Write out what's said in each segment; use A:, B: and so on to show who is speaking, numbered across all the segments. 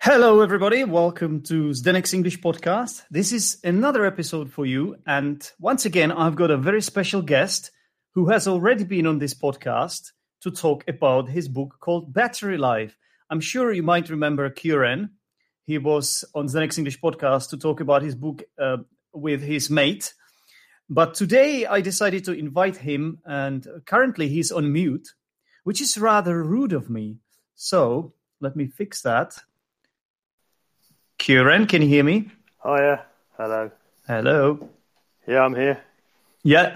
A: Hello, everybody. Welcome to Zdenek's English podcast. This is another episode for you. And once again, I've got a very special guest who has already been on this podcast to talk about his book called Battery Life. I'm sure you might remember Kieran. He was on Zdenek's English podcast to talk about his book uh, with his mate. But today I decided to invite him, and currently he's on mute, which is rather rude of me. So let me fix that. Kieran, can you hear me?
B: Hiya. Oh, Hello.
A: Hello.
B: Yeah, I'm here.
A: Yeah.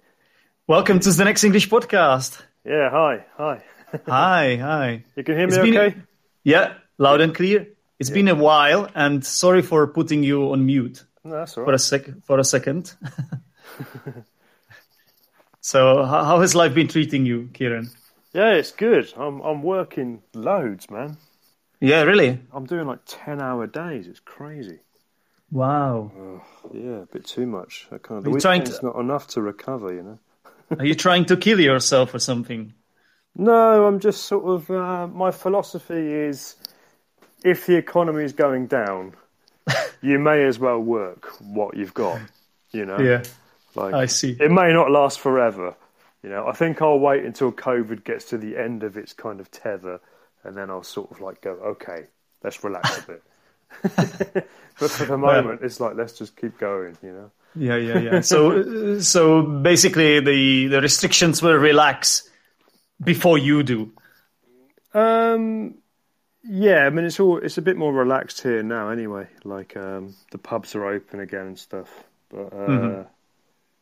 A: Welcome to the next English podcast.
B: Yeah, hi. Hi.
A: Hi, hi.
B: You can hear
A: It's
B: me
A: been-
B: okay?
A: Yeah, loud and clear. It's been a while, and sorry for putting you on mute
B: No, that's all
A: for a
B: right.
A: sec for a second. so, how, how has life been treating you, Kieran?
B: Yeah, it's good. I'm I'm working loads, man.
A: Yeah, really.
B: I'm doing like 10-hour days. It's crazy.
A: Wow.
B: Yeah, a bit too much. I can't.
A: Are
B: The
A: you trying to-
B: weekend's not enough to recover, you know.
A: Are you trying to kill yourself or something?
B: No, I'm just sort of uh, my philosophy is if the economy is going down, you may as well work what you've got, you know. Like,
A: I see.
B: It may not last forever. You know, I think I'll wait until COVID gets to the end of its kind of tether, and then I'll sort of like go, okay, let's relax a bit. but for the moment, it's like let's just keep going. You know,
A: Yeah, yeah, yeah. So, uh, so basically, the the restrictions will relax before you do.
B: Um, yeah, I mean it's all it's a bit more relaxed here now anyway. Like um, the pubs are open again and stuff. But uh,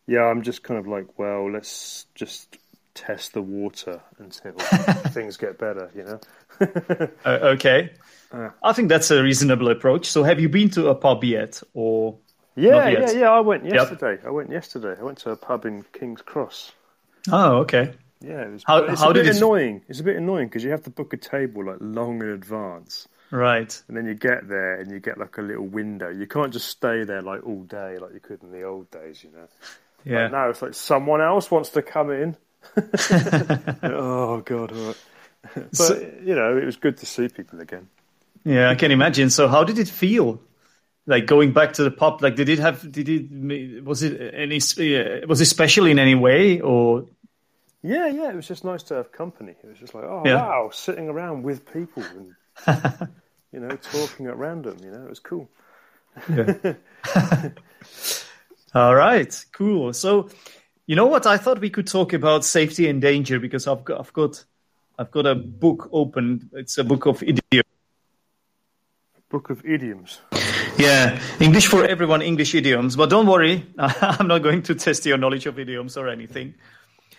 B: yeah, I'm just kind of like, well, let's just test the water until things get better. You know.
A: Uh, okay, I think that's a reasonable approach. So, have you been to a pub yet? Or
B: Yeah,
A: Not
B: yeah,
A: yet.
B: yeah. I went yesterday. I went yesterday. I went to a pub in King's Cross.
A: oh, okay.
B: Yeah, it was,
A: How-
B: it's
A: how
B: a
A: did
B: bit
A: it-
B: annoying. It's a bit annoying because you have to book a table like long in advance.
A: Right.
B: And then you get there and you get like a little window. You can't just stay there like all day like you could in the old days, you know.
A: Yeah.
B: Now it's like someone else wants to come in. oh god. all right. But
A: So-
B: you know, it was good to see people again.
A: yeah, I can imagine. So, how did it feel? Like going back to the pub, like did it have? Did it ma- was it any? sp- uh, Was it special in any way? Or
B: Yeah, yeah, it was just nice to have company. It was just like, oh
A: Yeah.
B: wow, sitting around with people and you know, talking at random, you know, it was cool.
A: all right, cool. So, you know what? I thought we could talk about safety and danger because I've got I've got I've got a book open. It's a book of idioms.
B: Book of idioms.
A: Yeah, English for everyone, English idioms. But don't worry, I'm not going to test your knowledge of idioms or anything.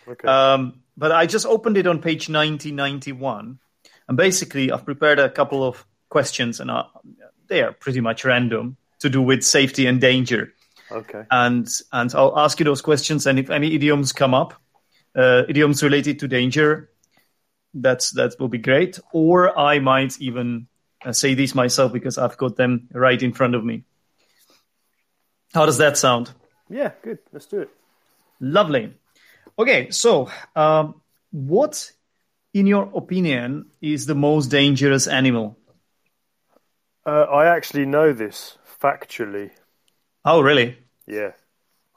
B: Okay.
A: Um, but I just opened it on page 1991. And basically, I've prepared a couple of questions, and uh they are pretty much random to do with safety and danger.
B: okay.
A: And, and I'll ask you those questions, and if any idioms come up, uh, idioms related to danger, that's that will be great. Or I might even uh, say these myself because I've got them right in front of me. How does that sound?
B: yeah, good. Let's do it.
A: Lovely. Okay, so um, what, in your opinion, is the most dangerous animal?
B: Uh, I actually know this factually.
A: Oh, really?
B: Yeah,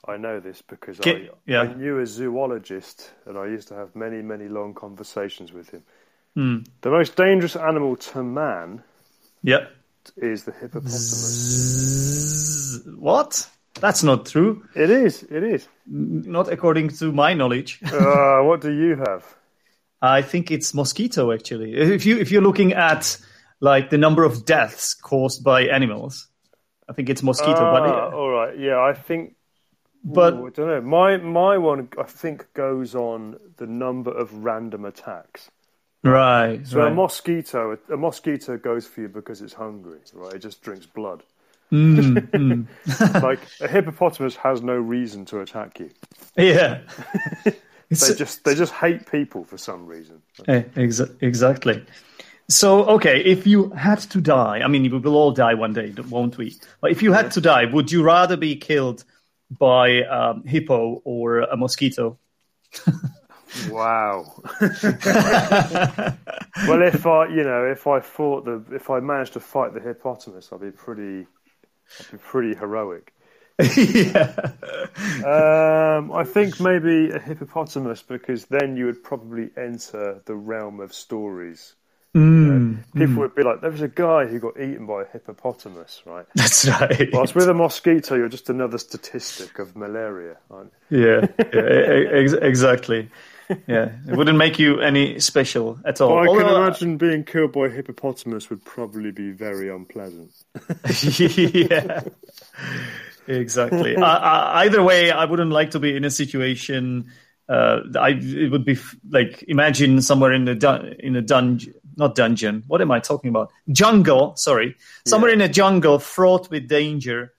B: I know this because
A: Ki-
B: I,
A: yeah.
B: I knew a zoologist and I used to have many, many long conversations with him.
A: Hmm.
B: The most dangerous animal to man
A: Yeah.
B: is the hippopotamus.
A: Zzz, What? That's not true.
B: It is, it is.
A: Not according to my knowledge.
B: Uh, what do you have?
A: I think it's mosquito actually. If you if you're looking at like the number of deaths caused by animals, I think it's mosquito, but
B: Ah, all right. Yeah, I think.
A: But-
B: Ooh, I don't know. My my one I think goes on the number of random attacks.
A: right,
B: So
A: right.
B: a mosquito a mosquito goes for you because it's hungry, right? It just drinks blood.
A: Mm,
B: like a hippopotamus has no reason to attack you.
A: yeah. It's-
B: They just they just hate people for some reason.
A: Eh, exa- exactly. So, okay, if you had to die, I mean, we will all die one day, won't we? But if you had to die, would you rather be killed by um, hippo or a mosquito?
B: Wow. well, if I, you know, if I fought the, if I managed to fight the hippopotamus, I'd be pretty, I'd be pretty heroic.
A: yeah.
B: Um, I think maybe a hippopotamus because then you would probably enter the realm of stories. People would be like, "There was a guy who got eaten by a hippopotamus, right?"
A: That's right.
B: Whilst with a mosquito, you're just another statistic of malaria. Aren't you?
A: yeah, yeah, e- ex- exactly. Yeah, it wouldn't make you any special at all.
B: I can
A: Although- uh,
B: imagine being killed by a hippopotamus would probably be very unpleasant.
A: yeah, exactly. I, I, either way, I wouldn't like to be in a situation. Uh, I it would be f- like imagine somewhere in the dun- in a dungeon, not dungeon. What am I talking about? Jungle. Sorry, somewhere in a jungle fraught with danger.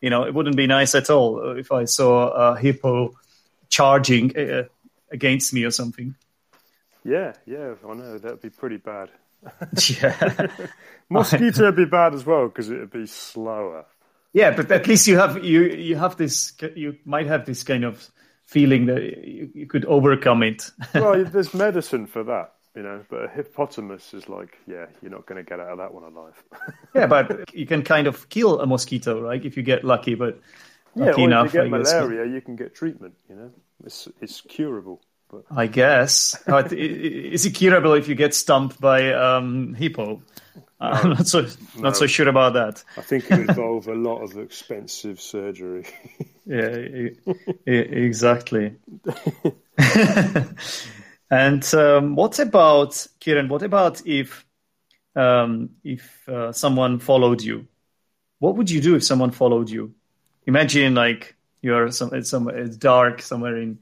A: You know, it wouldn't be nice at all uh, if I saw a hippo charging uh, against me or something.
B: Yeah, yeah, I know that'd be pretty bad.
A: Yeah,
B: Mosquito would be bad as well because it'd be slower.
A: yeah, but at least you have you you have this you might have this kind of feeling that you, you could overcome it.
B: Well, there's medicine for that, you know. But a hippopotamus is like, yeah, you're not going to get out of that one alive.
A: yeah, but you can kind of kill a mosquito, right? If you get lucky, but
B: yeah,
A: lucky
B: or
A: enough,
B: if you
A: I
B: get
A: guess.
B: malaria, you can get treatment. You know, it's it's curable. But
A: I guess. But i- i- is it curable if you get stumped by um, hippo? I'm not so not so sure about that.
B: I think it would involve a lot of expensive surgery.
A: Yeah, e- e- exactly. and um, what about Kieran? What about if um, if uh, someone followed you? What would you do if someone followed you? Imagine like you're some it's some it's dark somewhere in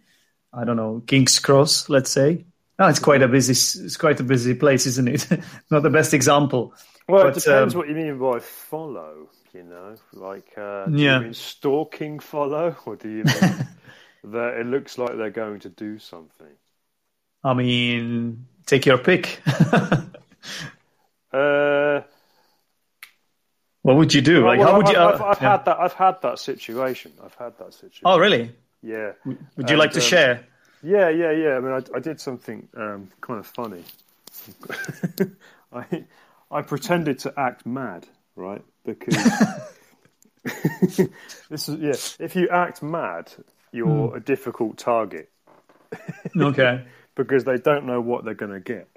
A: I don't know King's Cross, let's say. No, it's quite a busy s- it's quite a busy place, isn't it? Not the best example.
B: Well,
A: But,
B: it depends
A: um,
B: what you mean by follow. You know, like uh, do
A: Yeah.
B: you mean stalking follow, or do you mean that it looks like they're going to do something?
A: I mean, take your pick.
B: Uh,
A: what would you do? Like,
B: well,
A: how would
B: I've,
A: you? uh,
B: I've, I've
A: yeah.
B: had that. I've had that situation. I've had that situation.
A: Oh, really?
B: Yeah,
A: Would you like to
B: And, um,
A: share?
B: yeah, yeah, yeah. I mean, I, I did something um, kind of funny. I I pretended to act mad, right? Because this is yeah. If you act mad, you're a difficult target
A: Okay.
B: because they don't know what they're going to get.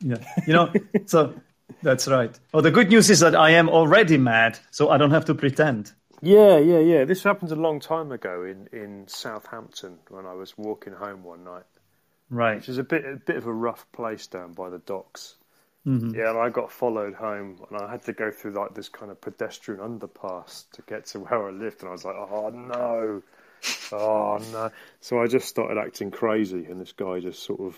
A: Yeah. You know, so that's right. Oh, the good news is that I am already mad, so I don't have to pretend.
B: Yeah, yeah, yeah. This happened a long time ago in, in Southampton when I was walking home one night.
A: Right.
B: which is a bit a bit of a rough place down by the docks.
A: Mm-hmm.
B: Yeah, and I got followed home, and I had to go through like this kind of pedestrian underpass to get to where I lived, and I was like, oh no, oh no. So I just started acting crazy, and this guy just sort of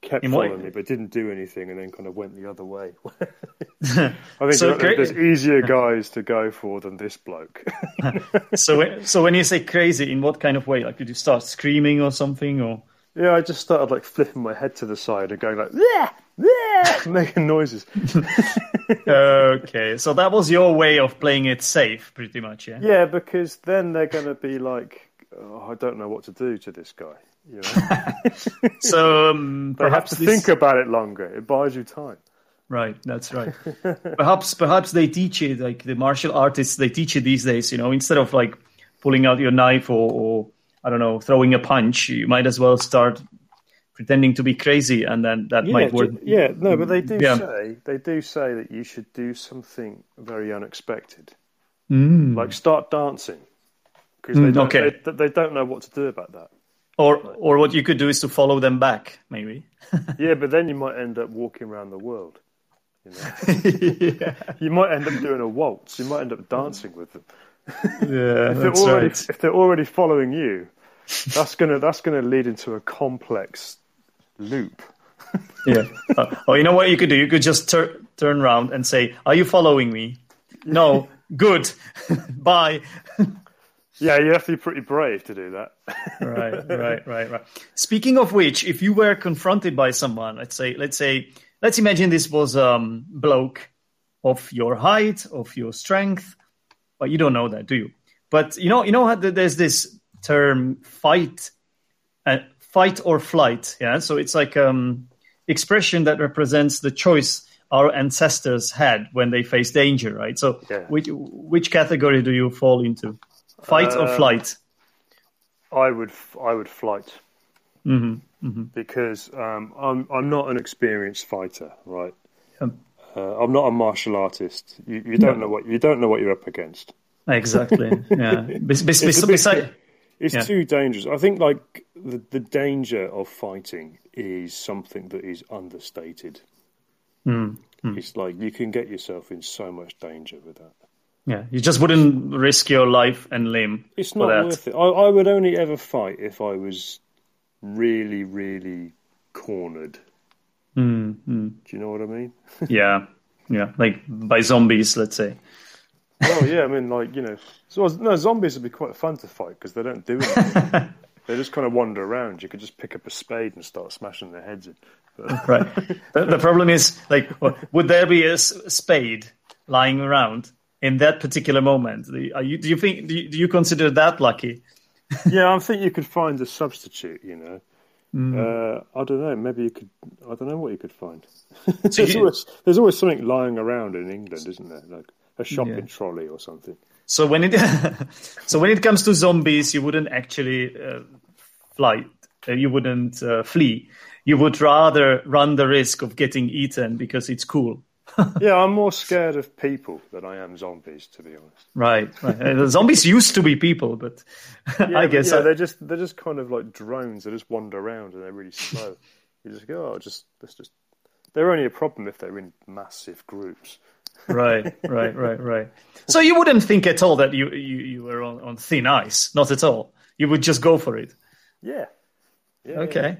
B: kept
A: In what-
B: following me, but didn't do anything, and then kind of went the other way. I think
A: So
B: that
A: cra-
B: there- there's easier guys to go for than this bloke.
A: So, when- so when you say crazy, in what kind of way? Like, did you start screaming or something? Or
B: Yeah, I just started like flipping my head to the side and going like, yeah, yeah, making noises.
A: okay, so that was your way of playing it safe, pretty much. Yeah.
B: Yeah, because then they're going to be like, oh, I don't know what to do to this guy. You know?
A: So um,
B: they have
A: perhaps
B: to
A: this-
B: think about it longer. It buys you time.
A: Right, that's right. perhaps perhaps they teach you like the martial artists they teach you these days, you know, instead of like pulling out your knife or, or I don't know, throwing a punch, you might as well start pretending to be crazy and then that might work.
B: yeah, no, but they do
A: Yeah.
B: say they do say that you should do something very unexpected, like start dancing, because they,
A: Mm,
B: don't-
A: okay.
B: they, they don't know what to do about that.
A: Or or what you could do is to follow them back, maybe.
B: Yeah, but then you might end up walking around the world. You, know?
A: yeah,
B: you might end up doing a waltz. You might end up dancing with them. If they're
A: that's
B: already
A: right.
B: if they're already following you, that's gonna that's gonna lead into a complex loop.
A: Yeah. Uh, oh, you know what you could do? You could just tur- turn around and say, "Are you following me?" No. Good. Bye.
B: Yeah, you have to be pretty brave to do that.
A: right, right, right, right. Speaking of which, if you were confronted by someone, let's say, let's say, let's imagine this was um bloke of your height, of your strength, but you don't know that, do you? But you know, you know how th- there's this term fight, uh, fight or flight. Yeah, so it's like um expression that represents the choice our ancestors had when they faced danger, right? So,
B: Yeah.
A: which which category do you fall into? Fight or
B: Um,
A: flight?
B: I would f- I would flight
A: Mm-hmm,
B: because um, I'm I'm not an experienced fighter, right?
A: Yeah.
B: Uh, I'm not a martial artist. You, you don't
A: No.
B: know what you don't know what you're up against.
A: Exactly. Yeah. Bes- bes-
B: It's
A: bes-
B: a bit-
A: beside-
B: It's
A: Yeah.
B: too dangerous. I think like the the danger of fighting is something that is understated.
A: Mm,
B: It's like you can get yourself in so much danger with that.
A: yeah. You just wouldn't risk your life and limb
B: It's
A: for
B: not
A: that.
B: worth it. I, I would only ever fight if I was really, really cornered. Do you know what I mean?
A: Yeah. Yeah. Like by zombies, let's say.
B: Well, yeah, I mean, like you know, so no, zombies would be quite fun to fight because they don't do anything. they just kind of wander around. You could just pick up a spade and start smashing their heads in. But,
A: Right. the, the problem is, like, w- would there be a s- spade lying around in that particular moment? The- Are you, do you think? Do you, do you consider that lucky?
B: yeah, I think you could find a substitute. You know, uh, I don't know. Maybe you could. I don't know what you could find. there's,
A: you-
B: always, there's always something lying around in England, isn't there? Like a shopping
A: Yeah.
B: trolley or something.
A: So when it so when it comes to zombies, you wouldn't actually uh, fly. Uh, you wouldn't uh, flee. You would rather run the risk of getting eaten because it's cool.
B: Yeah, I'm more scared of people than I am zombies, to be honest.
A: Right. right. Uh, the zombies used to be people, but
B: Yeah,
A: I
B: but
A: guess
B: yeah,
A: I-
B: they're just they're just kind of like drones. They just wander around and they're really slow. you just go, oh, just let's just. They're only a problem if they're in massive groups.
A: right, right, right, right. So you wouldn't think at all that you you, you were on, on thin ice. Not at all. You would just go for it.
B: Yeah. yeah yeah.
A: Okay.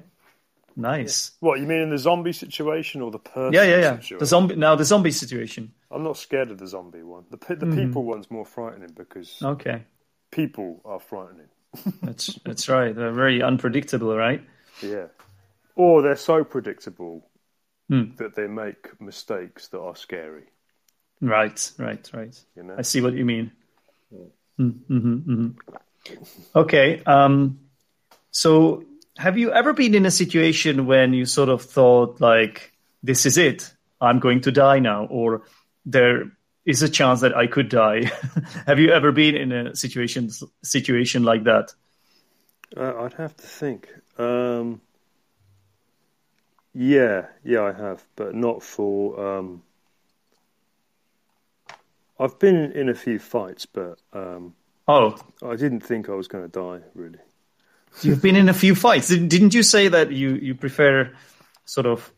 A: Nice.
B: What you mean in the zombie situation or the person?
A: Yeah, yeah, yeah.
B: Situation?
A: The zombie now the zombie situation.
B: I'm not scared of the zombie one. The pe- the
A: Mm-hmm.
B: people one's more frightening because
A: Okay.
B: people are frightening.
A: That's that's right. They're very unpredictable, right?
B: Yeah. Or they're so predictable
A: Hmm.
B: that they make mistakes that are scary.
A: Right, right, right.
B: You know?
A: I see what you mean. Mm-hmm, Okay. Um, so, have you ever been in a situation when you sort of thought, like, this is it? I'm going to die now, or there is a chance that I could die? have you ever been in a situation situation like that?
B: Uh, I'd have to think. Um, yeah, yeah, I have, but not for. Um, I've been in a few fights, but um,
A: Oh,
B: I didn't think I was going to die. Really,
A: you've been in a few fights. Didn't didn't you say that you, you prefer sort of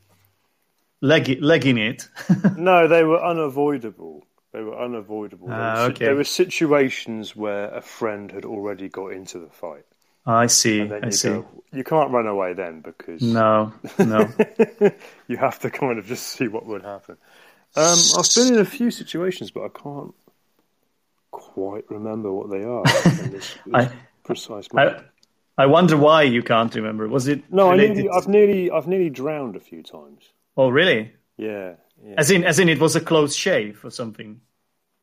A: leg, legging it?
B: no, they were unavoidable. They were unavoidable. There
A: Ah,
B: were si-
A: okay.
B: There were situations where a friend had already got into the fight.
A: I see.
B: Then
A: I
B: you
A: see.
B: go, you can't run away then because
A: No, no.
B: you have to kind of just see what would happen. Um, I've been in a few situations, but I can't quite remember what they are in this, this
A: I-
B: precise
A: I,
B: moment.
A: I wonder why you can't remember. Was it
B: no, I
A: related?
B: nearly, I've nearly, I've nearly drowned a few times.
A: Oh, really?
B: Yeah, yeah.
A: As in, as in, it was a close shave or something.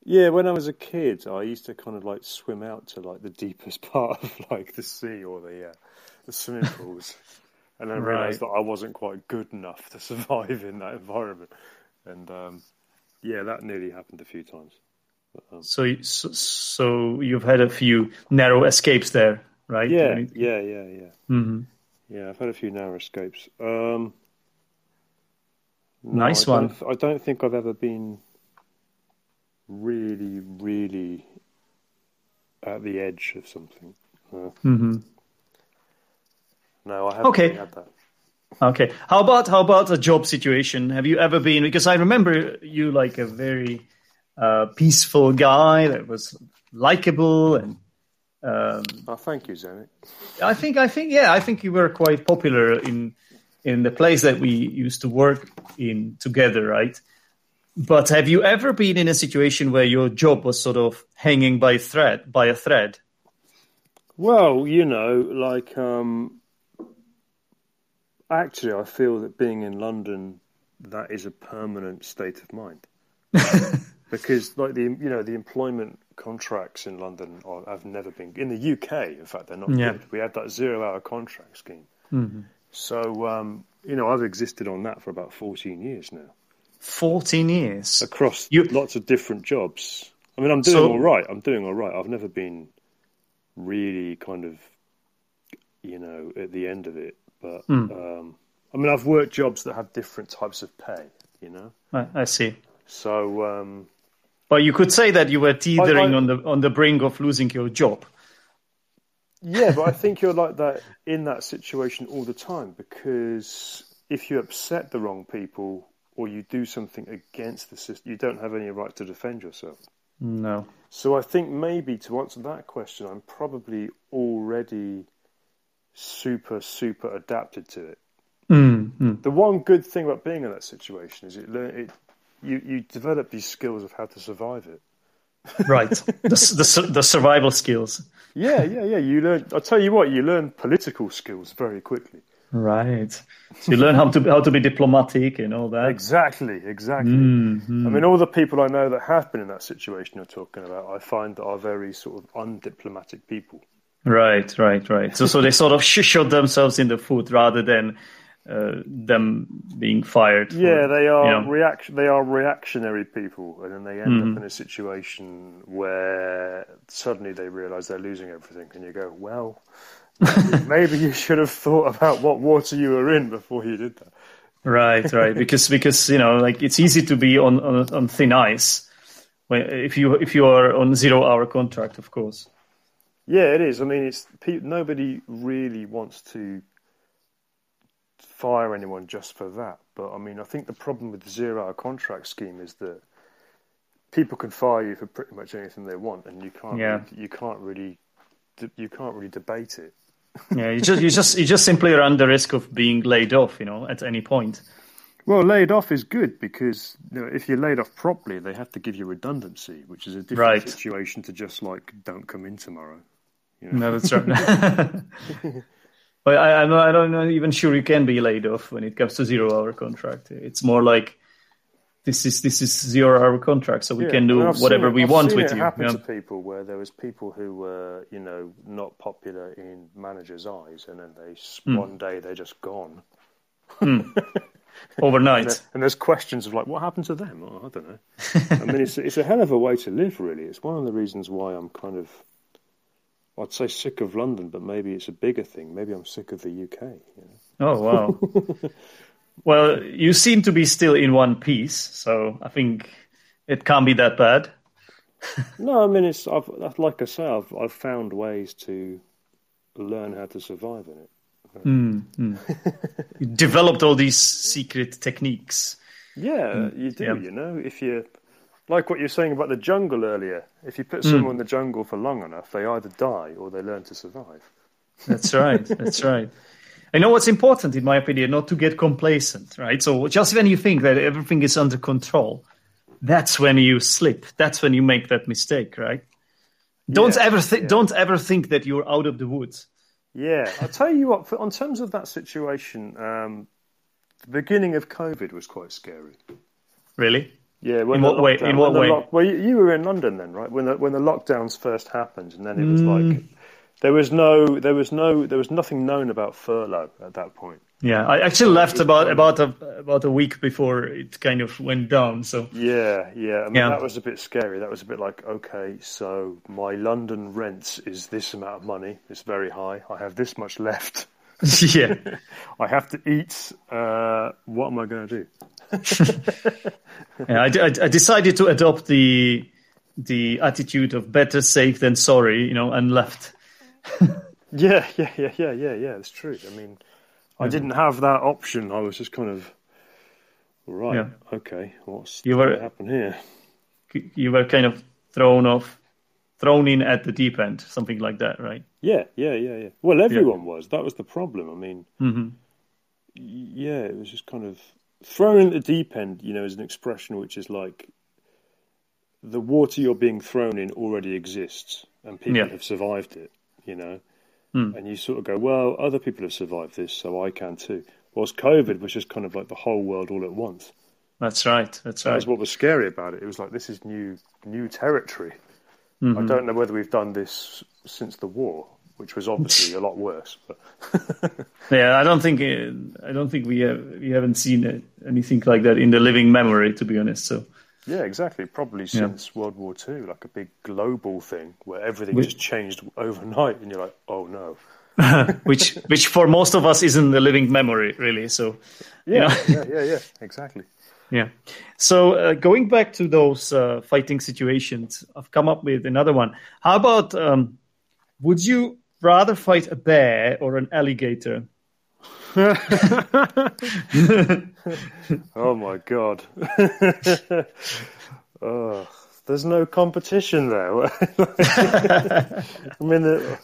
B: Yeah, when I was a kid, I used to kind of like swim out to like the deepest part of like the sea or the uh, the swimming pools, and I realised that I wasn't quite good enough to survive in that environment, and um, yeah, that nearly happened a few times.
A: So, you- so, so you've had a few narrow escapes there, right?
B: Yeah,
A: Right.
B: yeah, yeah, yeah. Mm-hmm. Yeah, I've had a few narrow escapes. Um, no,
A: Nice
B: I
A: one.
B: Don't, I don't think I've ever been really, really at the edge of something. No, no I haven't
A: Mm-hmm. Okay.
B: really had that.
A: Okay. How about how about a job situation? Have you ever been? Because I remember you like a very uh, peaceful guy that was likable, and um,
B: Oh, thank you, Zenit.
A: I think I think yeah, I think you were quite popular in in the place that we used to work in together, right? But have you ever been in a situation where your job was sort of hanging by thread by a thread?
B: Well, you know, like um, actually, I feel that being in London, that is a permanent state of mind, because like the you know the employment contracts in London are, have never been in the UK. In fact, they're not
A: Yeah.
B: good. We have that zero-hour contract scheme, so um, you know I've existed on that for about fourteen years now
A: Fourteen years.
B: across
A: You-
B: lots of different jobs. I mean, I'm doing
A: So-
B: all right. I'm doing all right. I've never been really kind of, you know, at the end of it. But
A: Hmm.
B: um, I mean, I've worked jobs that have different types of pay. You know,
A: I, I see.
B: so um,
A: But you could say that you were teetering
B: I-
A: on the on the brink of losing your job.
B: yeah. But I think you're like that in that situation all the time because if you upset the wrong people or you do something against the system, you don't have any right to defend yourself.
A: No.
B: So I think maybe to answer that question, I'm probably already super, super adapted to it. The one good thing about being in that situation is it learn it. You you develop these skills of how to survive it.
A: Right. the, s- the s- the survival skills.
B: Yeah, yeah, yeah. You learn. I tell you what, you learn political skills very quickly.
A: Right. So you learn how to how to be diplomatic and all that.
B: Exactly, exactly. I mean, all the people I know that have been in that situation you're talking about, I find that are very sort of undiplomatic people.
A: Right, right, right. So so they sort of sh- shot themselves in the foot rather than uh, them being fired. for-
B: Yeah, they are
A: Yeah.
B: reaction. They are reactionary people, and then they end up in a situation where suddenly they realise they're losing everything, and you go, "Well, maybe, maybe you should have thought about what water you were in before you did that."
A: Right, right. Because because you know like it's easy to be on on, on thin ice when, if you if you are on zero hour contract, of course.
B: Yeah, it is. I mean, it's pe- nobody really wants to fire anyone just for that. But I mean, I think the problem with the zero-hour contract scheme is that people can fire you for pretty much anything they want, and you can't.
A: Yeah.
B: You can't really. You can't really debate it.
A: Yeah, you just you just you just simply run the risk of being laid off, you know, at any point.
B: Well, laid off is good because you know, if you're laid off properly, they have to give you redundancy, which is a different
A: Right.
B: situation to just like don't come in tomorrow.
A: No, that's right. but I, I'm, not- I don't know, even sure you can be laid off when it comes to zero-hour contract. It's more like this is this is zero-hour contract, so we can do whatever we want with you.
B: Happen
A: yeah.
B: to people where there was people who were you know not popular in managers' eyes, and then they s
A: Hmm.
B: one day they're just gone.
A: Overnight,
B: And there's questions of like, what happened to them? Oh, I don't know. I mean, it's it's a hell of a way to live, really. It's one of the reasons why I'm kind of, I'd say, sick of London, but maybe it's a bigger thing. Maybe I'm sick of the UK. You know?
A: oh wow. well, you seem to be still in one piece, so I think it can't be that bad.
B: No, I mean it's I've, that's- like I say, I've I've found ways to learn how to survive in it.
A: You developed all these secret techniques.
B: Yeah, you do.
A: Mm, yeah.
B: You know, if you like what you were saying about the jungle earlier, if you put
A: Mm.
B: someone in the jungle for long enough, they either die or they learn to survive.
A: That's right. That's right. You know what's important, in my opinion, not to get complacent, right? So just when you think that everything is under control, that's when you slip. That's when you make that mistake, right? Don't
B: Yeah,
A: ever thi- don't ever think that you're out of the woods.
B: Yeah, I tell you what. For, on terms of that situation, um, the beginning of COVID was quite scary.
A: Really?
B: Yeah, when
A: In
B: the
A: what way-
B: lockdown-
A: in what
B: when the
A: way?
B: lock- well, you, you were in London then, right? When the when the lockdowns first happened, and then it was
A: Mm.
B: like there was no, there was no, there was nothing known about furlough at that point.
A: Yeah, I actually left about about a, about a week before it kind of went down. So
B: Yeah, yeah. I mean,
A: Yeah.
B: that was a bit scary. That was a bit like, okay, so my London rent is this amount of money. It's very high. I have this much left.
A: yeah,
B: I have to eat. Uh, what am I going to do?
A: yeah I, d- I d- I decided to adopt the the attitude of better safe than sorry, you know, and left.
B: Yeah, yeah, yeah, yeah, yeah, yeah. It's true. I mean, I didn't have that option. I was just kind of right.
A: Yeah.
B: Okay, what's
A: You
B: you
A: were-
B: what happened here?
A: You were kind of thrown off, thrown in at the deep end, something like that, right?
B: Yeah, yeah, yeah, yeah. Well, everyone was. That was the problem. I mean,
A: hmm
B: y- yeah, it was just kind of thrown at the deep end. You know, is an expression which is like the water you're being thrown in already exists, and people
A: Yeah.
B: have survived it. You know,
A: Hmm.
B: and you sort of go, well, other people have survived this, so I can too. Whereas COVID was just kind of like the whole world all at once.
A: That's right. That's
B: That
A: right.
B: was what was scary about it. It was like this is new new territory. I don't know whether we've done this since the war, which was obviously a lot worse. But
A: Yeah, I don't think uh, I don't think we have we haven't seen uh, anything like that in the living memory, to be honest. So
B: yeah, exactly. Probably since World War Two, like a big global thing where everything
A: We-
B: just changed overnight, and you're like, oh no.
A: which which for most of us isn't the living memory really so you
B: Yeah,
A: know,
B: yeah, yeah, yeah. Exactly.
A: yeah so uh, going back to those uh, fighting situations i've come up with another one how about um, would you rather fight a bear or an alligator
B: Oh my god. oh, there's no competition there. I mean, the,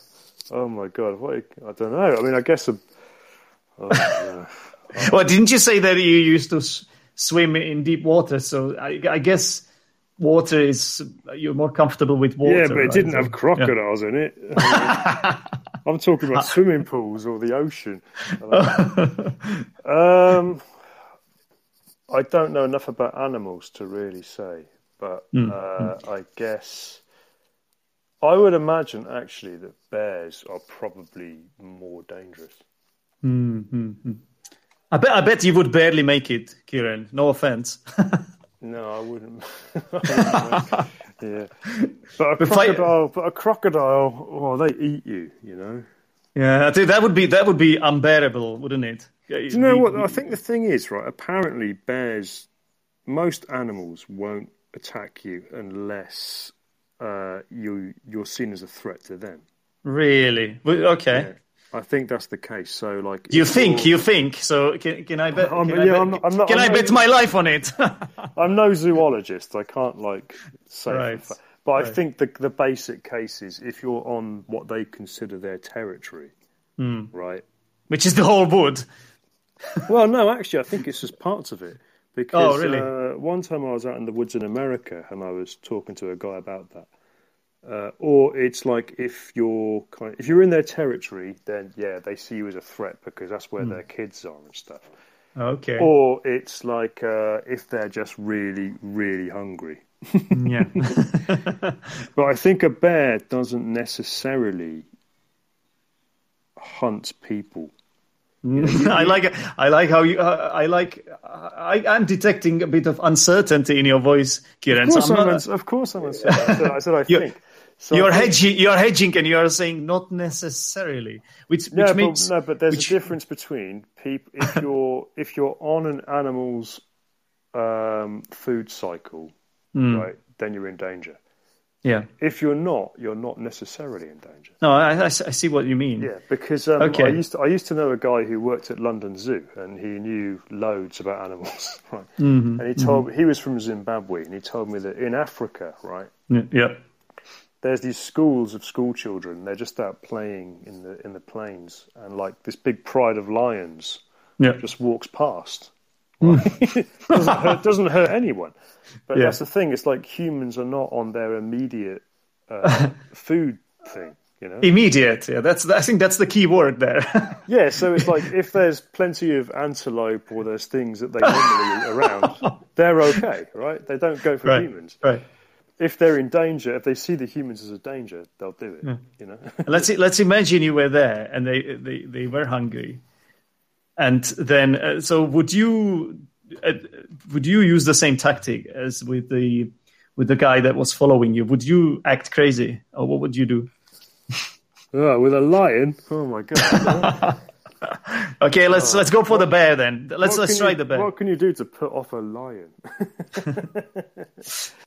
B: oh my god. What? I don't know. I mean, I guess. A, oh, no.
A: well didn't you say that you used to s- swim in deep water so i, I guess water is you're more comfortable with water
B: Yeah, but it
A: right?
B: didn't have crocodiles in it. I'm talking about swimming pools or the ocean. um, I don't know enough about animals to really say, but uh, I guess I would imagine actually that bears are probably more dangerous.
A: I, bet, I bet you would barely make it kieran no offense
B: No, I wouldn't. yeah, but a
A: fight-
B: crocodile, but a crocodile, oh, they eat you, you know.
A: Yeah, I think that would be that would be unbearable, wouldn't it?
B: Do you know what? I think the thing is, right? Apparently, bears, most animals won't attack you unless uh, you you're seen as a threat to them.
A: Really? Well, Okay.
B: I think that's the case. So, like,
A: You
B: if
A: think?
B: you're-
A: You think? So can, can I bet?
B: I'm-
A: can I
B: yeah,
A: bet,
B: I'm not- I'm not-
A: can
B: I'm
A: I
B: not-
A: bet my life on it?
B: I'm no zoologist. I can't like say, for
A: Right.
B: fa- but I
A: Right.
B: think the the basic case is if you're on what they consider their territory,
A: Hmm.
B: right?
A: Which is the whole wood.
B: Well, no, actually, I think it's just parts of it. Because
A: Oh, really?
B: uh, one time I was out in the woods in America and I was talking to a guy about that. Uh, or it's like if you're kind if you're in their territory, then yeah, they see you as a threat because that's
A: Hmm.
B: where their kids are and stuff.
A: Okay.
B: Or it's like uh, if they're just really, really hungry.
A: Yeah.
B: But I think a bear doesn't necessarily hunt people.
A: I like I like how you uh, I like I, I'm detecting a bit of uncertainty in your voice, Kieran.
B: Of course,
A: so I'm
B: I'm
A: not-
B: ans- of course I'm answering. I said I, said I
A: You-
B: think. So
A: you're
B: I think-
A: hedging, you're hedging, and you are saying not necessarily, which which
B: No, but,
A: makes
B: no, but there's
A: which-
B: a difference between peop if you're if you're on an animal's um, food cycle,
A: Hmm.
B: right? Then you're in danger.
A: yeah.
B: If you're not, you're not necessarily in danger.
A: No, I, I, I see what you mean.
B: Yeah, because um,
A: Okay.
B: I used to, I used to know a guy who worked at London Zoo, and he knew loads about animals. Right,
A: Mm-hmm,
B: and he told me he was from Zimbabwe, and he told me that in Africa, right,
A: Yeah. yeah.
B: there's these schools of school children. They're just out playing in the in the plains, and like this big pride of lions
A: Yeah.
B: just walks past. doesn't, hurt, doesn't hurt anyone. But
A: Hmm. Yeah.
B: that's the thing. It's like humans are not on their immediate uh, food thing. You know.
A: Immediate. Yeah, that's I think that's the key word there.
B: Yeah. So it's like if there's plenty of antelope or there's things that they normally eat around, they're okay, right? They don't go for
A: right.
B: humans.
A: Right.
B: If they're in danger, if they see the humans as a danger, they'll do it.
A: Hmm.
B: You know.
A: Let's let's imagine you were there and they they, they were hungry, and then uh, so would you uh, would you use the same tactic as with the with the guy that was following you? Would you act crazy or what would you do?
B: oh, with a lion. Oh my god.
A: Okay, let's let's go for the bear then. Let's let's
B: can
A: try
B: you,
A: the bear.
B: What can you do to put off a lion? uh,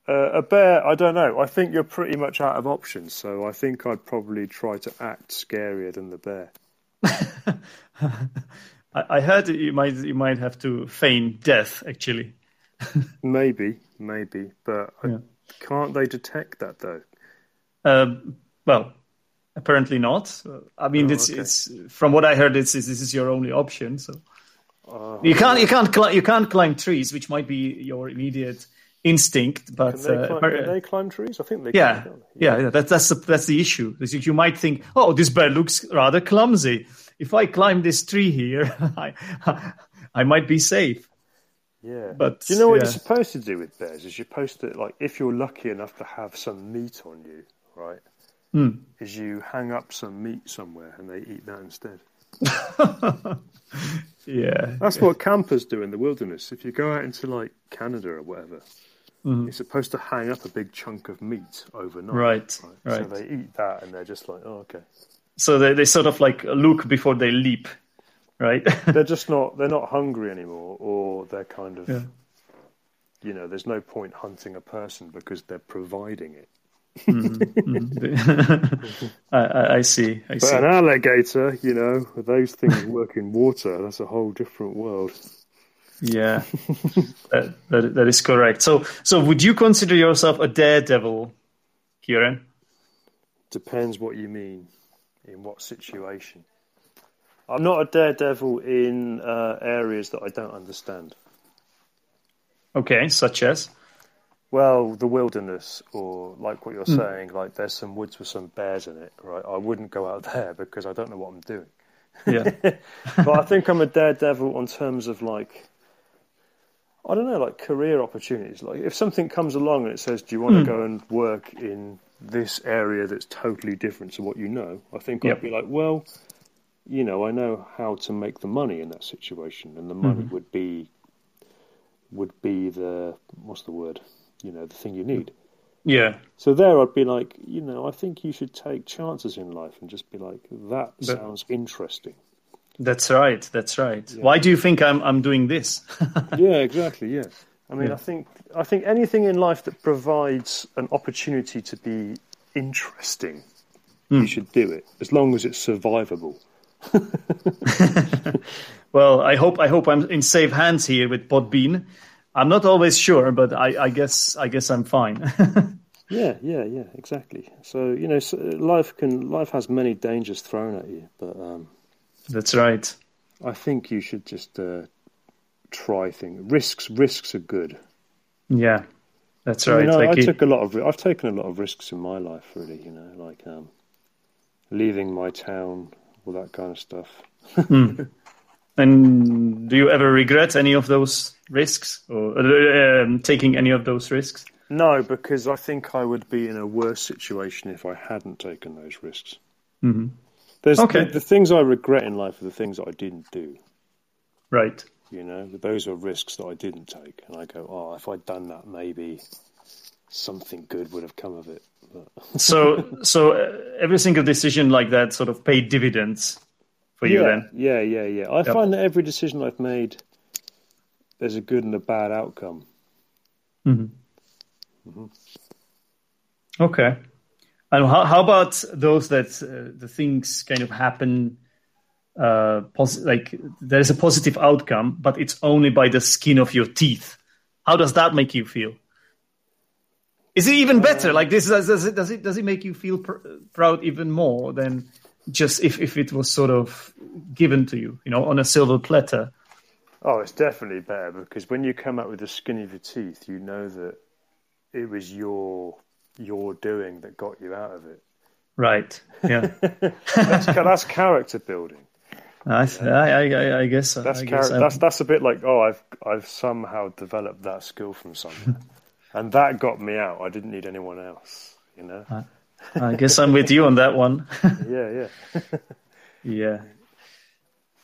B: a bear, I don't know. I think you're pretty much out of options, so I think I'd probably try to act scarier than the bear.
A: I, I heard that you might you might have to feign death actually.
B: Maybe, maybe, but I,
A: Yeah.
B: can't they detect that though?
A: Um, well, apparently not. Uh, I mean,
B: Oh,
A: it's
B: okay.
A: it's from what I heard. It's, it's this is your only option. So
B: Oh,
A: you can't you can't cli- you can't climb trees, which might be your immediate instinct. But
B: can, they
A: uh,
B: climb,
A: appar-
B: can they climb trees? I think they
A: yeah,
B: can.
A: yeah, yeah. That's that's the, that's the issue. Is You might think, oh, this bear looks rather clumsy. If I climb this tree here, I I might be safe.
B: Yeah.
A: But,
B: do you know what
A: yeah.
B: you're supposed to do with bears? Is you're supposed to like if you're lucky enough to have some meat on you, right?
A: Hmm.
B: Is you hang up some meat somewhere and they eat that instead.
A: Yeah,
B: That's what campers do in the wilderness. If you go out into like Canada or whatever,
A: Mm-hmm.
B: you're supposed to hang up a big chunk of meat overnight.
A: Right, right.
B: So they eat that and they're just like, oh, okay.
A: so they they sort of like look before they leap, right?
B: They're just not. They're not hungry anymore, or they're kind of.
A: Yeah.
B: You know, there's no point hunting a person because they're providing it.
A: I, I, I see. I
B: But
A: see.
B: an alligator, you know, those things work in water. That's a whole different world.
A: Yeah, that, that that is correct. So so would you consider yourself a daredevil, Kieran?
B: Depends what you mean, in what situation. I'm not a daredevil in uh, areas that I don't understand.
A: Okay, such as
B: Well, the wilderness, or like what you're saying, like there's some woods with some bears in it, right? I wouldn't go out there because I don't know what I'm doing.
A: yeah.
B: but I think I'm a daredevil on terms of like, I don't know, like career opportunities. Like if something comes along and it says, "Do you want to go and work in this area that's totally different to what you know?" I think
A: Yep.
B: I'd be like, "Well, you know, I know how to make the money in that situation, and the money would be would be the what's the word? You know, the thing you need."
A: yeah.
B: So there, I'd be like, you know, I think you should take chances in life and just be like, that sounds interesting.
A: That's right. That's right. Why do you think I'm I'm doing this?
B: yeah, exactly. Yeah, I mean, I think I think anything in life that provides an opportunity to be interesting, you should do it as long as it's survivable.
A: well, I hope I hope I'm in safe hands here with Podbean. I'm not always sure, but I, I guess I guess I'm fine.
B: Yeah, yeah, yeah, exactly. So you know, so life can life has many dangers thrown at you, but um,
A: That's right.
B: I think you should just uh, try things. Risks, risks are good.
A: Yeah, that's right.
B: I, mean, I,
A: Like
B: I
A: it-
B: took a lot of. ri- I've taken a lot of risks in my life, really. You know, like um, leaving my town, all that kind of stuff.
A: And do you ever regret any of those risks or uh, um, taking any of those risks?
B: No, because I think I would be in a worse situation if I hadn't taken those risks. Mm-hmm. There's
A: Okay.
B: the, the things I regret in life are the things that I didn't do.
A: Right.
B: You know, those are risks that I didn't take, and I go, "Oh, if I'd done that, maybe something good would have come of it." But,
A: So so uh, every single decision like that sort of paid dividends for you
B: yeah,
A: then.
B: yeah, yeah, yeah. I find that every decision I've made, there's a good and a bad outcome.
A: Okay. And how, how about those that uh, the things kind of happen uh, pos- like there is a positive outcome, but it's only by the skin of your teeth. How does that make you feel? Is it even better? Uh, Like this, does, does it does it does it make you feel pr- proud even more than just if if it was sort of given to you, you know, on a silver platter?
B: Oh, it's definitely better because when you come out with the skin of your teeth, you know that it was your your doing that got you out of it.
A: Right. Yeah.
B: That's, ca- that's character building.
A: I, I, I, I guess so.
B: That's
A: I guess
B: character.
A: I-
B: That's that's a bit like oh, I've I've somehow developed that skill from somewhere, and that got me out. I didn't need anyone else. You know.
A: I guess I'm with you on that one.
B: Yeah, yeah.
A: Yeah.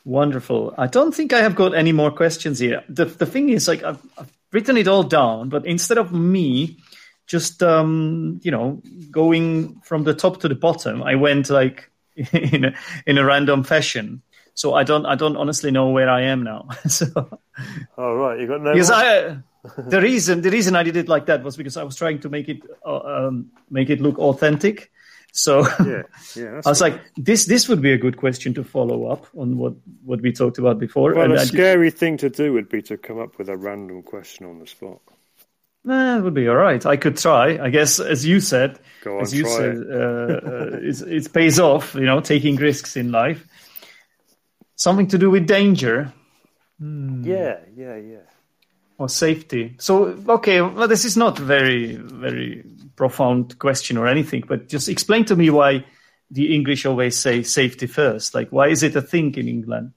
A: Wonderful. I don't think I have got any more questions here. The the thing is, like I've, I've written it all down, but instead of me just um, you know going from the top to the bottom, I went like in a, in a random fashion. So I don't I don't honestly know where I am now. so
B: All Oh, right, you got no.
A: because
B: more?
A: I the uh, reason the reason I did it like that was because I was trying to make it uh, um, make it look authentic, So
B: Yeah, yeah. That's
A: I was
B: good.
A: like, this this would be a good question to follow up on what what we talked about before.
B: well,
A: and
B: a
A: I ju-
B: scary thing to do would be to come up with a random question on the spot.
A: Nah, it would be all right. I could try. I guess, as you said,
B: Go on,
A: as you
B: try
A: said,
B: it.
A: uh, uh, it's, it pays off. You know, taking risks in life. Something to do with danger Hmm.
B: Yeah, yeah, yeah.
A: or safety. So, okay, well, this is not very very profound question or anything, but just explain to me why the English always say safety first. Like, why is it a thing in England?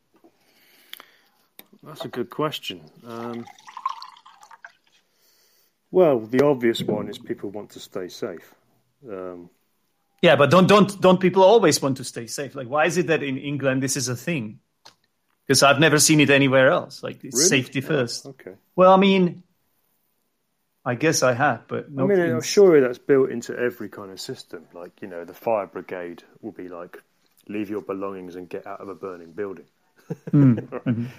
B: That's a good question. Um, well, the obvious one is people want to stay safe. Um,
A: Yeah, but don't don't don't people always want to stay safe? Like, why is it that in England this is a thing? Because I've never seen it anywhere else. Like, it's
B: Really?
A: safety
B: Yeah,
A: first.
B: okay.
A: Well, I mean, I guess I have, but
B: I
A: not
B: mean,
A: in-
B: I'm sure that's built into every kind of system. Like, you know, the fire brigade will be like, leave your belongings and get out of a burning building. um,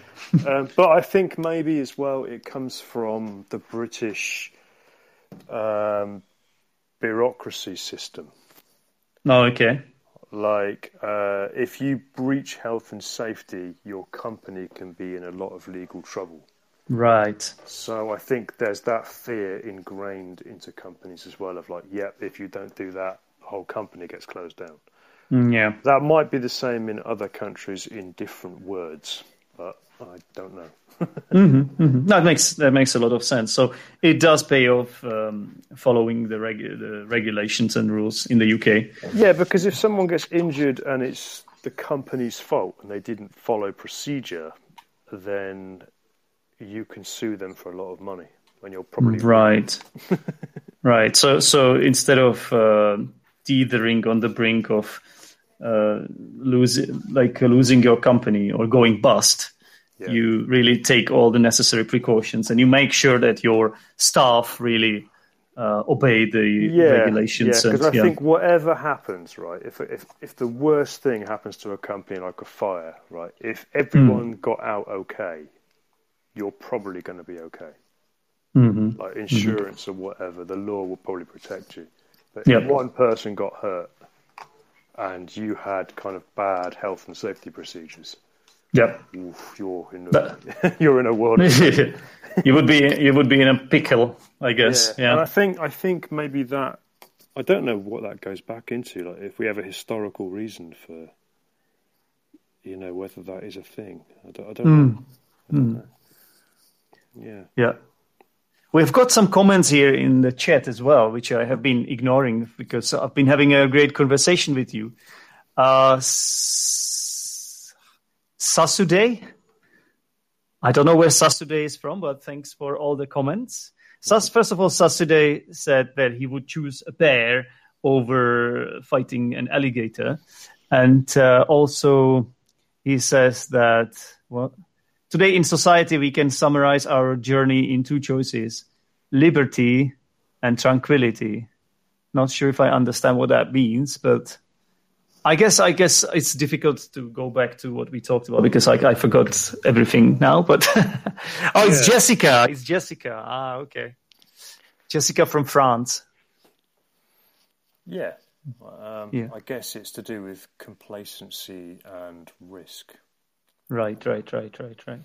B: but I think maybe as well it comes from the British um, bureaucracy system.
A: no. Oh, Okay,
B: Like, uh, if you breach health and safety, your company can be in a lot of legal trouble.
A: right.
B: So I think there's that fear ingrained into companies as well of like, yep, if you don't do that, the whole company gets closed down.
A: Mm, yeah,
B: That might be the same in other countries in different words, but I don't know.
A: that makes that makes a lot of sense. So it does pay off um, following the, regu- the regulations and rules in the UK.
B: Yeah, because if someone gets injured and it's the company's fault and they didn't follow procedure, then you can sue them for a lot of money and you'll probably
A: Right, right. So so instead of uh, teetering on the brink of uh, losing like losing your company or going bust.
B: Yeah.
A: You really take all the necessary precautions, and you make sure that your staff really uh, obey the regulations.
B: Yeah,
A: and-
B: because I
A: yeah.
B: think whatever happens, right? If, if if the worst thing happens to a company like a fire, right? If everyone
A: Hmm.
B: got out okay, you're probably going to be okay.
A: Mm-hmm.
B: Like insurance or whatever, the law will probably protect you. But
A: Yeah.
B: if one person got hurt, and you had kind of bad health and safety procedures,
A: yeah.
B: oof, you're in a,
A: But-
B: you're in a world. of
A: you would be you would be in a pickle, I guess. Yeah.
B: And I think I think maybe that I don't know what that goes back into. Like if we have a historical reason for, you know, whether that is a thing. I don't. I don't, know. I don't know.
A: yeah. We've got some comments here in the chat as well, which I have been ignoring because I've been having a great conversation with you. Uh, S- Sasude, I don't know where Sasude is from, but thanks for all the comments. Sas, first of all, Sasude said that he would choose a bear over fighting an alligator, and uh, also he says that what today in society we can summarize our journey in two choices: liberty and tranquility. Not sure if I understand what that means, but I guess I guess it's difficult to go back to what we talked about because I, I forgot everything now. But oh, it's
B: Yeah.
A: Jessica. It's Jessica. Ah, okay. Jessica from France.
B: Yeah. Yeah.
A: Yeah.
B: I guess it's to do with complacency and risk.
A: Right, right, right, right, right.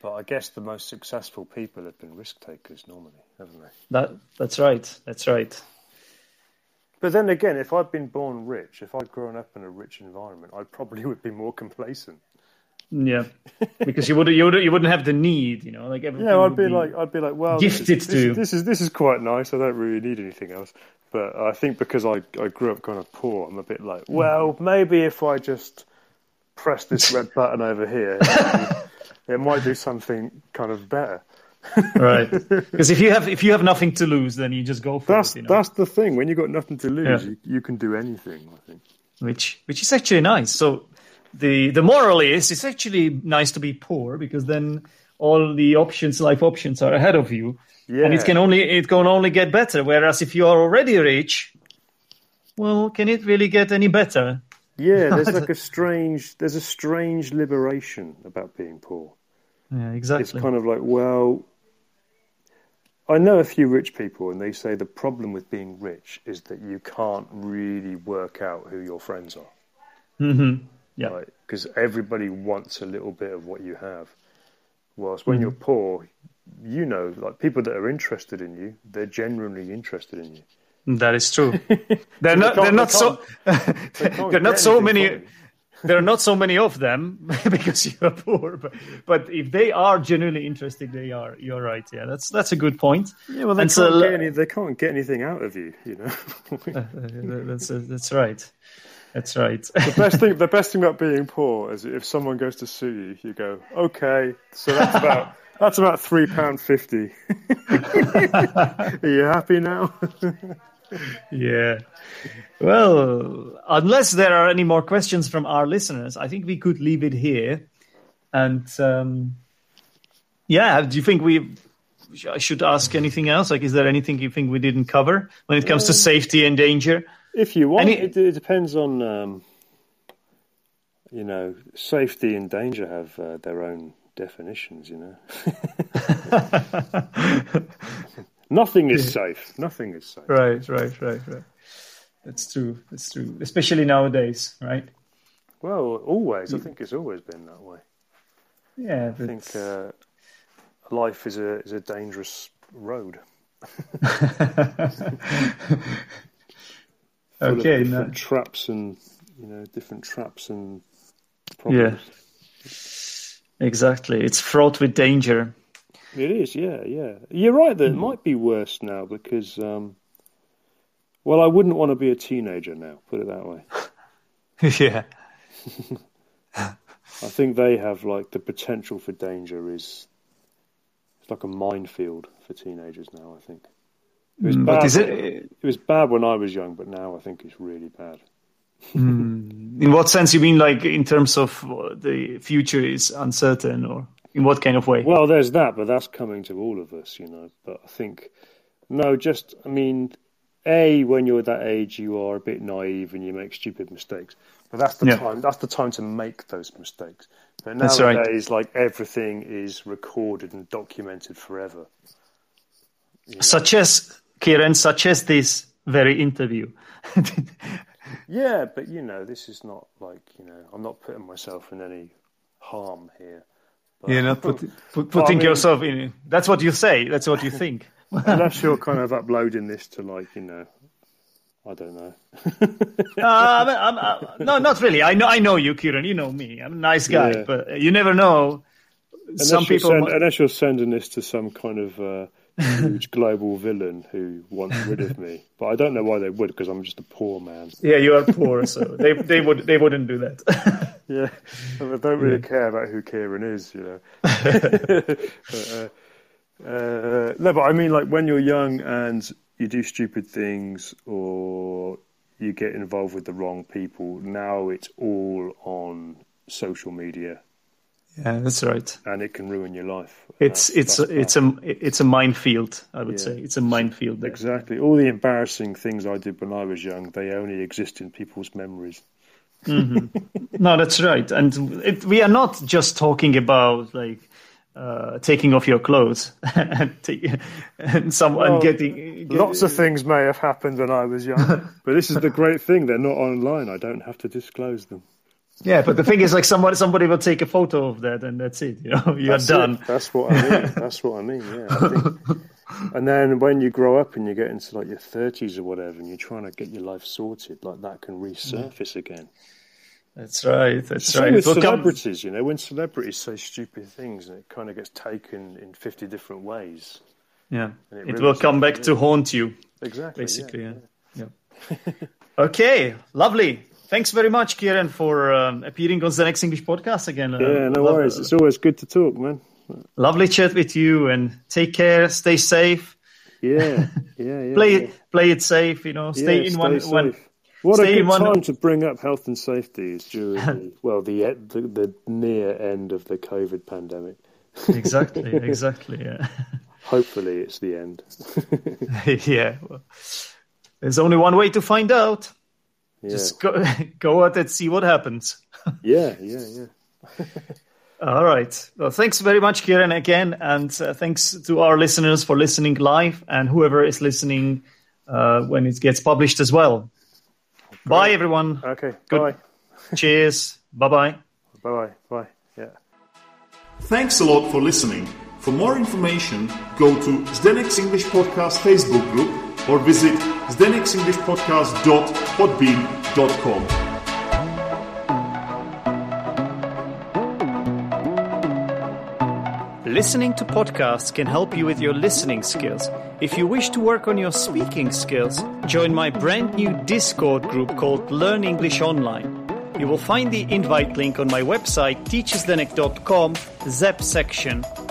B: But I guess the most successful people have been risk takers normally, haven't they?
A: That that's right. That's right.
B: But then again, if I'd been born rich, if I'd grown up in a rich environment, I probably would be more complacent.
A: Yeah, because you would you would you wouldn't have the need, you know, like everything.
B: Yeah, I'd
A: would
B: be like, I'd be like, well,
A: gifted
B: this, is-
A: to you.
B: this, this is this is quite nice. I don't really need anything else. But I think because I I grew up kind of poor, I'm a bit like,
A: Hmm.
B: well, maybe if I just press this red button over here, it might do something kind of better.
A: right. Because if you have if you have nothing to lose, then you just go for
B: That's
A: it, you know,
B: that's the thing. When you have got nothing to lose,
A: Yeah.
B: you, you can do anything. I think.
A: which which is actually nice. So the the moral is it's actually nice to be poor because then all the options, life options, are ahead of you,
B: Yeah,
A: and it can only it can only get better. Whereas if you are already rich, well, can it really get any better?
B: yeah. There's like a strange there's a strange liberation about being poor.
A: Yeah,
B: it's
A: exactly.
B: kind of like well I know a few rich people, and they say the problem with being rich is that you can't really work out who your friends are.
A: Mm-hmm. Yeah.
B: Because everybody wants a little bit of what you have. Whilst
A: Mm-hmm.
B: when you're poor, you know, like people that are interested in you, they're genuinely interested in you.
A: That is true. They're not.
B: can't-
A: They're not
B: they
A: so.
B: can't
A: They're
B: get
A: not so
B: anything
A: many.
B: from you.
A: There are not so many of them because you are poor. But, but if they are genuinely interested, they are. You're right. Yeah, that's that's a good point.
B: Yeah, well, they
A: And so
B: can't,
A: le-
B: get any, they can't get anything out of you, you know.
A: Uh, that's that's right. That's right.
B: best thing, the best thing about being poor is if someone goes to sue you, you go, okay, so that's about that's about three pound fifty. Are you happy now?
A: yeah. Well, unless there are any more questions from our listeners, I think we could leave it here. And um, yeah, do you think we sh- I should ask anything else? Like, is there anything you think we didn't cover when it comes to safety and danger?
B: if you want,
A: Any-
B: it, it depends on um, you know safety and danger have uh, their own definitions. You know, nothing is safe. Nothing is safe.
A: Right, right, right, right. That's true. That's true. Especially nowadays, right?
B: Well, always. I think it's always been that way.
A: Yeah.
B: I think uh, life is a is a dangerous road.
A: uh,
B: full of
A: okay.
B: different
A: No.
B: traps and you know different traps and problems.
A: Exactly. It's fraught with danger.
B: It is, yeah, yeah. You're right that it might be worse now because, um, well, I wouldn't want to be a teenager now. Put it that way.
A: yeah.
B: I think they have like the potential for danger is it's like a minefield for teenagers now. I think it was bad.
A: Mm. But is
B: when-
A: it?
B: it was bad when I was young, but now I think it's really bad.
A: In what sense you mean? Like in terms of uh, the future is uncertain, or in what kind of way?
B: Well, there's that, but that's coming to all of us, you know. But I think, no, just, I mean, A, when you're that age, you are a bit naive and you make stupid mistakes. But that's the
A: Yeah.
B: time, that's the time to make those mistakes. But
A: That's right.
B: nowadays, like, everything is recorded and documented forever.
A: Such as Kieran, such as this very interview.
B: Yeah, but, you know, this is not like, you know, I'm not putting myself in any harm here.
A: you know, put, put, putting
B: Well, I mean-
A: yourself in. That's what you say. That's what you think.
B: Unless you're kind of uploading this to, like, you know, I don't know.
A: Uh, I'm, I'm, uh, no, not really. I know. I know you, Kieran. You know me. I'm a nice guy,
B: Yeah.
A: but uh, you never know. Some
B: Unless you're
A: people.
B: send-
A: might-
B: unless you're sending this to some kind of uh, huge global villain who wants rid of me, but I don't know why they would because I'm just a poor man.
A: Yeah, you are poor, so they they would they wouldn't do that.
B: Yeah, I don't really care about who Kieran is, you know. But, uh, uh, no, but I mean, like when you're young and you do stupid things or you get involved with the wrong people. Now it's all on social media,
A: yeah, that's right.
B: and it can ruin your life.
A: It's it's
B: that's
A: it's a it's a minefield. I would
B: Yeah.
A: say it's a minefield. There.
B: Exactly. All the embarrassing things I did when I was young, they only exist in people's memories.
A: No, that's right. And it, we are not just talking about like uh, taking off your clothes and, take, and some
B: Well,
A: and getting get-
B: Lots of things may have happened when I was young, but this is the great thing. They're not online. I don't have to disclose them.
A: yeah. But the thing is, like someone somebody will take a photo of that, and that's it. You know, you're
B: That's
A: done.
B: it. That's what I mean. That's what I mean, yeah. I think- and then when you grow up and you get into like your 30s or whatever and you're trying to get your life sorted, like that can resurface again.
A: That's right. That's
B: Same
A: right.
B: with
A: It will come-
B: celebrities, you know, when celebrities say stupid things and it kind of gets taken in 50 different ways.
A: yeah,
B: it
A: it will
B: ruins
A: come back to haunt you.
B: Exactly. yeah.
A: basically. Yeah. yeah. okay, lovely. Thanks very much, Kieran, for um, appearing on the next English podcast again. Uh,
B: Yeah, no
A: lo-
B: worries. It's always good to talk, man.
A: Lovely chat with you, and take care. Stay safe.
B: Yeah, yeah, yeah.
A: Play
B: yeah.
A: it. Play it safe. You know, stay
B: Yeah,
A: in one.
B: safe.
A: one
B: What
A: stay
B: a
A: in
B: good
A: one-
B: time to bring up health and safety is during the, well the, e- the the near end of the COVID pandemic.
A: exactly. Exactly. Yeah.
B: Hopefully, it's the end.
A: yeah. Well, there's only one way to find out.
B: Yeah,
A: Just go, go out and see what happens.
B: yeah, yeah, yeah.
A: All right. Well, thanks very much, Kieran, again. And uh, thanks to our listeners for listening live and whoever is listening uh, when it gets published as well. Bye, everyone.
B: Okay.
A: Good.
B: Bye.
A: Cheers. Bye bye.
B: Bye. Bye. Yeah.
C: Thanks a lot for listening. For more information, go to Zdenek's English Podcast Facebook group or visit zdenek'senglishpodcast.podbean.com.
A: Listening to podcasts can help you with your listening skills. If you wish to work on your speaking skills, join my brand new Discord group called Learn English Online. You will find the invite link on my website, teachersdenek.com, ZEP section,